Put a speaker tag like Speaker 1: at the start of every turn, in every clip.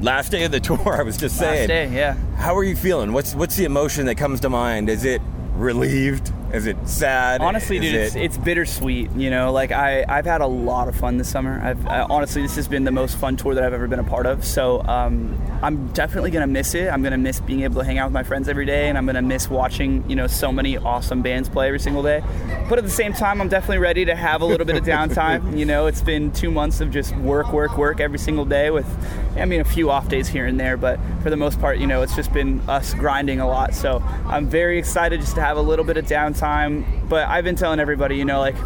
Speaker 1: last day of the tour. I was just
Speaker 2: Last
Speaker 1: saying.
Speaker 2: day, yeah.
Speaker 1: How are you feeling? What's what's the emotion that comes to mind? Is it relieved? Is it sad?
Speaker 2: Honestly,
Speaker 1: Is
Speaker 2: dude, it's,
Speaker 1: it-
Speaker 2: it's bittersweet. You know, like I, I've had a lot of fun this summer. I've I, honestly, this has been the most fun tour that I've ever been a part of. So um, I'm definitely gonna miss it. I'm gonna miss being able to hang out with my friends every day, and I'm gonna miss watching you know so many awesome bands play every single day. But at the same time, I'm definitely ready to have a little bit of downtime. You know, it's been two months of just work, work, work every single day with, I mean, a few off days here and there, but for the most part, you know, it's just been us grinding a lot. So I'm very excited just to have a little bit of downtime. But I've been telling everybody, you know, like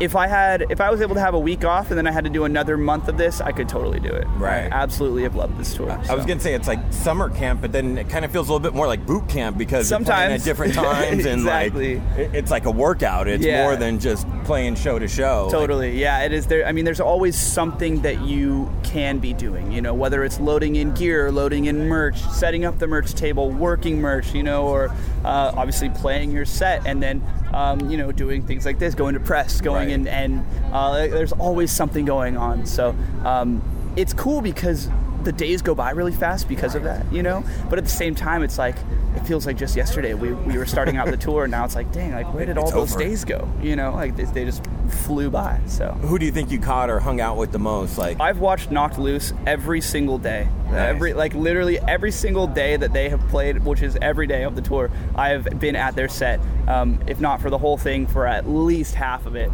Speaker 2: if I had, if I was able to have a week off and then I had to do another month of this, I could totally do it.
Speaker 1: Right.
Speaker 2: I absolutely have loved this tour.
Speaker 1: I was gonna say it's like summer camp, but then it kind of feels a little bit more like boot camp because you're playing
Speaker 2: Sometimes.
Speaker 1: at different times and
Speaker 2: Exactly.
Speaker 1: like it- it's like a workout. It's
Speaker 2: Yeah.
Speaker 1: more than just playing show to show. Like,
Speaker 2: Totally. Yeah, it is there. I mean, there's always something that you can be doing, you know, whether it's loading in gear, loading in merch, setting up the merch table, working merch, you know, or uh, obviously playing your set and then, um, you know, doing things like this, going to press, going
Speaker 1: Right.
Speaker 2: in, and uh, like, there's always something going on. So um, it's cool because the days go by really fast because of that, you know? But at the same time, it's like, it feels like just yesterday we, we were starting out the tour, and now it's like, dang, like, where did all
Speaker 1: It's
Speaker 2: those
Speaker 1: over.
Speaker 2: days go. You know, like they, they just flew by. So
Speaker 1: who do you think you caught or hung out with the most? Like
Speaker 2: I've watched Knocked Loose every single day.
Speaker 1: Nice.
Speaker 2: Every like literally every single day that they have played, which is every day of the tour, I have been at their set. Um, if not for the whole thing, for at least half of it.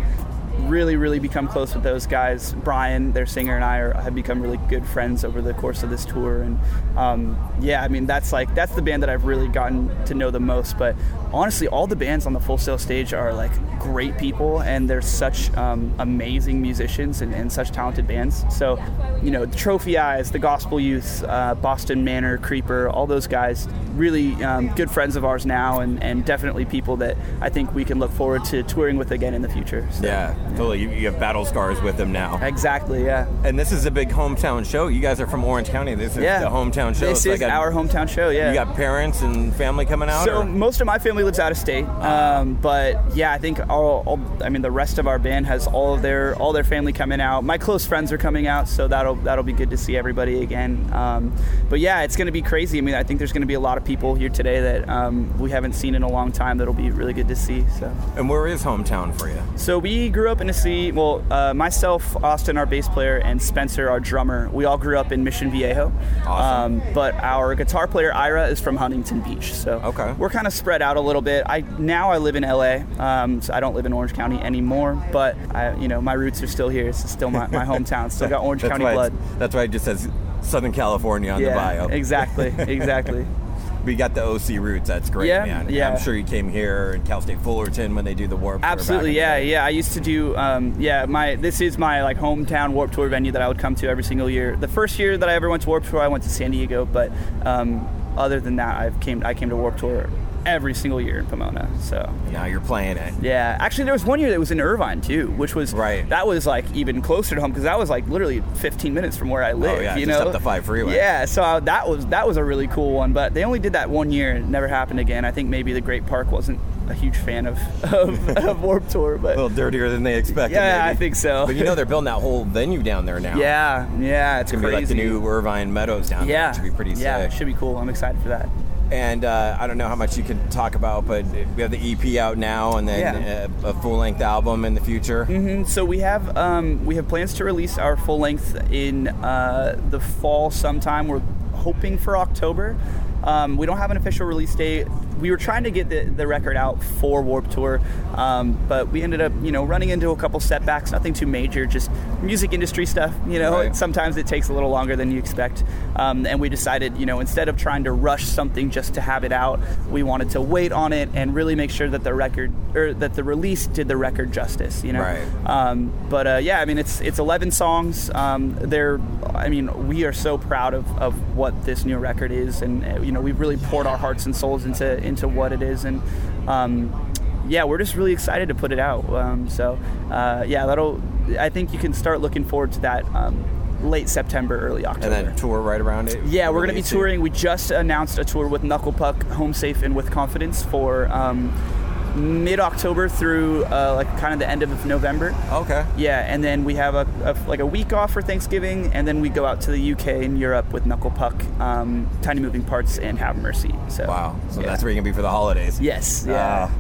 Speaker 2: Really, really become close with those guys. Brian, their singer, and I are, have become really good friends over the course of this tour. And um, yeah, I mean that's like that's the band that I've really gotten to know the most. But honestly, all the bands on the Full Sail stage are like great people, and they're such um, amazing musicians and, and such talented bands. So you know, Trophy Eyes, the Gospel Youth, uh, Boston Manor, Creeper, all those guys, really um, good friends of ours now, and, and definitely people that I think we can look forward to touring with again in the future. So-
Speaker 1: yeah, totally. You, you have battle scars with them now.
Speaker 2: Exactly. Yeah.
Speaker 1: And this is a big hometown show. You guys are from Orange County. This is
Speaker 2: Yeah.
Speaker 1: the hometown show.
Speaker 2: This
Speaker 1: So I
Speaker 2: is
Speaker 1: got-
Speaker 2: our hometown show. Yeah.
Speaker 1: You got parents and family coming out.
Speaker 2: So
Speaker 1: or-
Speaker 2: most of my family lives out of state, um, but yeah, I think all, all. I mean, the rest of our band has all of their all their family coming out. My close friends are coming out, so that'll that'll be good to see everybody again. Um, but yeah, it's going to be crazy. I mean, I think there's going to be a lot of people here today that um, we haven't seen in a long time. That'll be really good to see. So.
Speaker 1: and where is hometown for you?
Speaker 2: So we grew up in a city. Well, uh, myself, Austin, our bass player, and Spencer, our drummer, we all grew up in Mission Viejo.
Speaker 1: Awesome.
Speaker 2: Um, but our guitar player Ira is from Huntington Beach. So
Speaker 1: Okay.
Speaker 2: we're kind of spread out a little bit. I now I live in LA. Um, so I don't live in Orange County anymore. But I, you know, my roots are still here. It's still my, my hometown. Still got Orange County
Speaker 1: why it's-
Speaker 2: blood.
Speaker 1: That's why it just says Southern California on
Speaker 2: yeah,
Speaker 1: the bio.
Speaker 2: exactly, exactly.
Speaker 1: We got the OC roots. That's great,
Speaker 2: Yeah,
Speaker 1: man.
Speaker 2: yeah.
Speaker 1: I'm sure you came here in Cal State Fullerton when they do the warp. Tour back
Speaker 2: Absolutely,
Speaker 1: in the
Speaker 2: yeah,
Speaker 1: day.
Speaker 2: yeah. I used to do, um, yeah. My this is my like hometown Warp Tour venue that I would come to every single year. The first year that I ever went to Warp Tour, I went to San Diego, but um, other than that, I've came I came to Warp Tour every single year in Pomona. So
Speaker 1: Now you're playing it.
Speaker 2: yeah, actually, there was one year that was in Irvine too, which was
Speaker 1: Right.
Speaker 2: That was like even closer to home because that was like literally 15 minutes from where I live.
Speaker 1: Oh, yeah,
Speaker 2: you
Speaker 1: just
Speaker 2: know,
Speaker 1: up the five freeway.
Speaker 2: Yeah, so I, that was that was a really cool one, but they only did that one year and it never happened again. I think maybe the Great Park wasn't a huge fan of of, of Warp Tour, but
Speaker 1: A little dirtier than they expected.
Speaker 2: yeah,
Speaker 1: maybe.
Speaker 2: I think so.
Speaker 1: But you know they're building that whole venue down there now.
Speaker 2: yeah, yeah, it's
Speaker 1: It's gonna
Speaker 2: crazy.
Speaker 1: be like the new Irvine Meadows down there.
Speaker 2: yeah,
Speaker 1: It should be pretty
Speaker 2: Yeah, it
Speaker 1: sick.
Speaker 2: should be cool. I'm excited for that.
Speaker 1: And uh, I don't know how much you could talk about, but we have the EP out now, and then
Speaker 2: Yeah.
Speaker 1: uh a, full length album in the future.
Speaker 2: Mhm, So we have um, we have plans to release our full length in uh, the fall sometime. We're hoping for October. Um, we don't have an official release date. We were trying to get the, the record out for Warp Tour, um, but we ended up you know running into a couple setbacks. Nothing too major, just music industry stuff. You know,
Speaker 1: Right.
Speaker 2: sometimes it takes a little longer than you expect. Um, and we decided you know instead of trying to rush something just to have it out, we wanted to wait on it and really make sure that the record or that the release did the record justice. You know
Speaker 1: Right.
Speaker 2: um, but uh, yeah, I mean, it's it's 11 songs. Um, they're, I mean, we are so proud of, of what this new record is, and uh, you know, we've really poured our hearts and souls into into what it is, and um, yeah, we're just really excited to put it out. Um, so uh, yeah, that'll. I think you can start looking forward to that um, late September, early
Speaker 1: And
Speaker 2: October.
Speaker 1: then tour right around it.
Speaker 2: Yeah, we're going to be
Speaker 1: Release it.
Speaker 2: touring. We just announced a tour with Knuckle Puck, Home Safe, and With Confidence for um, mid October through uh, like kind of the end of November.
Speaker 1: Okay.
Speaker 2: Yeah, and then we have a, a like a week off for Thanksgiving, and then we go out to the UK and Europe with Knuckle Puck, um, Tiny Moving Parts, and Have Mercy. So
Speaker 1: Wow. So
Speaker 2: yeah.
Speaker 1: that's where you're gonna be for the holidays.
Speaker 2: yes, yeah.
Speaker 1: Ah.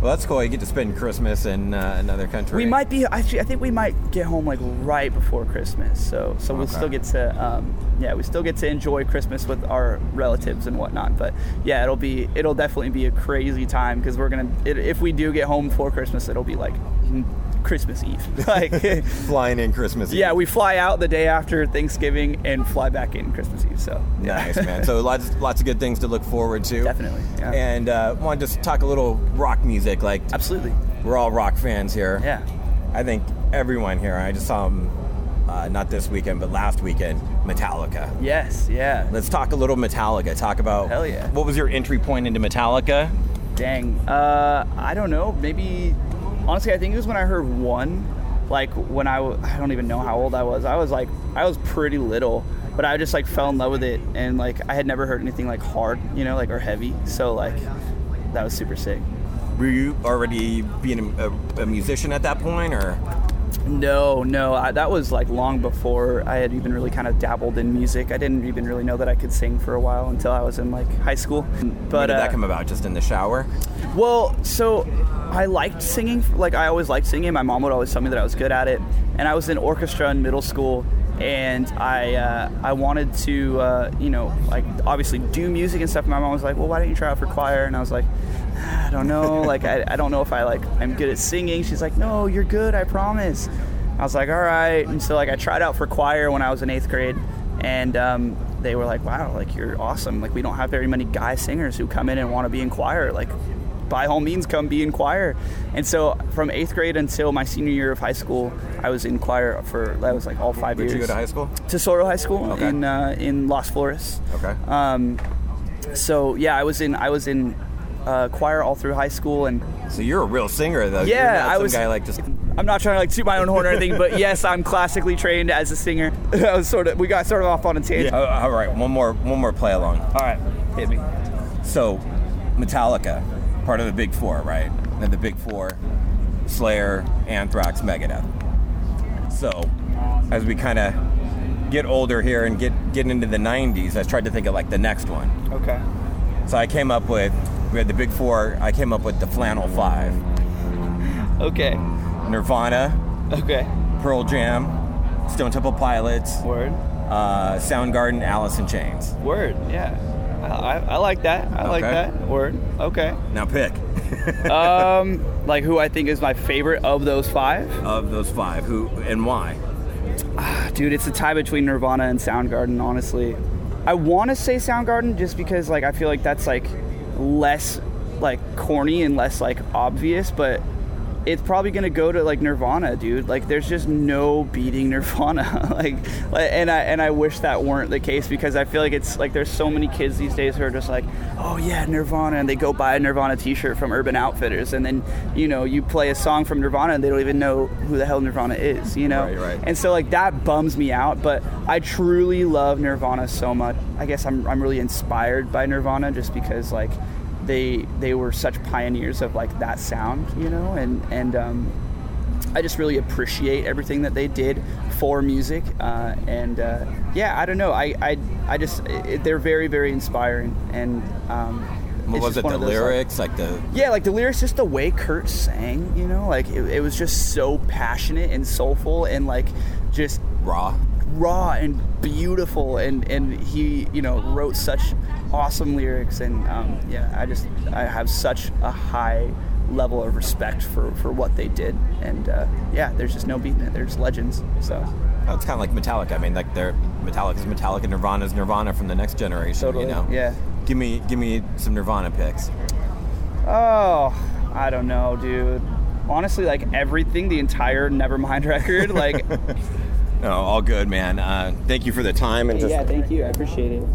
Speaker 1: well, that's cool. You get to spend Christmas in uh, another country.
Speaker 2: we might be. Actually, I think we might get home like right before Christmas. So, so we'll
Speaker 1: Okay.
Speaker 2: still get to, um, yeah, we still get to enjoy Christmas with our relatives and whatnot. But yeah, it'll be, it'll definitely be a crazy time because we're gonna. It, if we do get home before Christmas, it'll be like mm, Christmas Eve. Like,
Speaker 1: flying in Christmas. Eve.
Speaker 2: yeah, we fly out the day after Thanksgiving and fly back in Christmas Eve. So
Speaker 1: Nice man. So lots, lots of good things to look forward to.
Speaker 2: Definitely, yeah.
Speaker 1: And uh, want to just talk a little rock music. Like
Speaker 2: absolutely,
Speaker 1: we're all rock fans here.
Speaker 2: yeah,
Speaker 1: I think everyone here. I just saw them, uh, not this weekend, but last weekend. Metallica.
Speaker 2: yes, yeah.
Speaker 1: Let's talk a little Metallica. Talk about
Speaker 2: Hell yeah.
Speaker 1: What was your entry point into Metallica?
Speaker 2: Dang. Uh, I don't know. Maybe. Honestly, I think it was when I heard one. Like when I, w- I don't even know how old I was. I was like, I was pretty little, but I just like fell in love with it, and like I had never heard anything like hard, you know, like or heavy. So like, that was super sick.
Speaker 1: Were you already being a, a, a musician at that point, or
Speaker 2: No, no, I, that was like long before I had even really kind of dabbled in music. I didn't even really know that I could sing for a while until I was in like high school. But
Speaker 1: did
Speaker 2: uh,
Speaker 1: that come about just in the shower?
Speaker 2: Well, so I liked singing. Like I always liked singing. My mom would always tell me that I was good at it. And I was in orchestra in middle school, and I uh, I wanted to uh, you know like obviously do music and stuff. My mom was like, well, why don't you try out for choir? And I was like. "Ah, I don't know. Like, I, I don't know if I like I'm good at singing. She's like, no, you're good. I promise. I was like, all right. And so like I tried out for choir when I was in eighth grade, and um, they were like, "Wow, like you're awesome! Like we don't have very many guy singers who come in and want to be in choir. Like, by all means, come be in choir." And so, from eighth grade until my senior year of high school, I was in choir for that was like all five
Speaker 1: Did
Speaker 2: years.
Speaker 1: you go to high school?
Speaker 2: Tesoro High School
Speaker 1: Okay.
Speaker 2: in uh, in Las Flores.
Speaker 1: Okay.
Speaker 2: Um, so yeah, I was in I was in uh, choir all through high school and
Speaker 1: so you're a real singer, though. You're
Speaker 2: yeah,
Speaker 1: not
Speaker 2: I
Speaker 1: some
Speaker 2: was.
Speaker 1: guy like just.
Speaker 2: I'm not trying to like toot my own horn or anything, but yes, I'm classically trained as a singer. I was sort of. We got sort of off on a tangent.
Speaker 1: Oh, all right, one more, one more play along.
Speaker 2: All right, hit me.
Speaker 1: So, Metallica, part of the Big Four, right? And the Big Four: Slayer, Anthrax, Megadeth. So, as we kind of get older here and get get into the '90s, I tried to think of like the next one.
Speaker 2: Okay.
Speaker 1: So I came up with we had the Big Four. I came up with the Flannel Five:
Speaker 2: Okay.
Speaker 1: Nirvana,
Speaker 2: Okay.
Speaker 1: Pearl Jam, Stone Temple Pilots,
Speaker 2: Word.
Speaker 1: uh, Soundgarden, Alice in Chains.
Speaker 2: Word. Yeah. I, I- I like that. I like
Speaker 1: Okay.
Speaker 2: that. Word. Okay.
Speaker 1: Now pick
Speaker 2: Um, like who I think is my favorite of those five?
Speaker 1: of those five who and why.
Speaker 2: Dude, it's a tie between Nirvana and Soundgarden, honestly. I want to say Soundgarden just because like I feel like that's like less like corny and less like obvious, but it's probably gonna go to like Nirvana, dude. Like, there's just no beating Nirvana. like, like- and I and I wish that weren't the case because I feel like it's like there's so many kids these days who are just like, oh yeah, Nirvana, and they go buy a Nirvana T-shirt from Urban Outfitters, and then you know you play a song from Nirvana and they don't even know who the hell Nirvana is, you know.
Speaker 1: Right, right.
Speaker 2: And so like that bums me out, but I truly love Nirvana so much. I guess I'm I'm really inspired by Nirvana just because like they they were such pioneers of like that sound, you know, and and um, I just really appreciate everything that they did for music, uh, and uh, yeah, I don't know, I I, I just it, they're very very inspiring, and um,
Speaker 1: What
Speaker 2: it's
Speaker 1: was it?
Speaker 2: just one
Speaker 1: The
Speaker 2: of those, like-
Speaker 1: lyrics, like the
Speaker 2: yeah, like the lyrics, just the way Kurt sang, you know, like it, it was just so passionate and soulful and like just
Speaker 1: raw.
Speaker 2: raw and beautiful and and he you know wrote such awesome lyrics and um, yeah I just I have such a high level of respect for for what they did and uh, yeah there's just no beating it they're just legends so
Speaker 1: Oh, it's kind of like Metallica. I mean, like they're Metallica's Metallica, Nirvana's Nirvana from the next generation.
Speaker 2: Totally,
Speaker 1: You know?
Speaker 2: yeah.
Speaker 1: Give me, give me some Nirvana picks.
Speaker 2: Oh, I don't know, dude. Honestly, like everything, the entire Nevermind record, like
Speaker 1: No, all good, man. Uh, thank you for the time and just
Speaker 2: yeah, thank you, I appreciate it.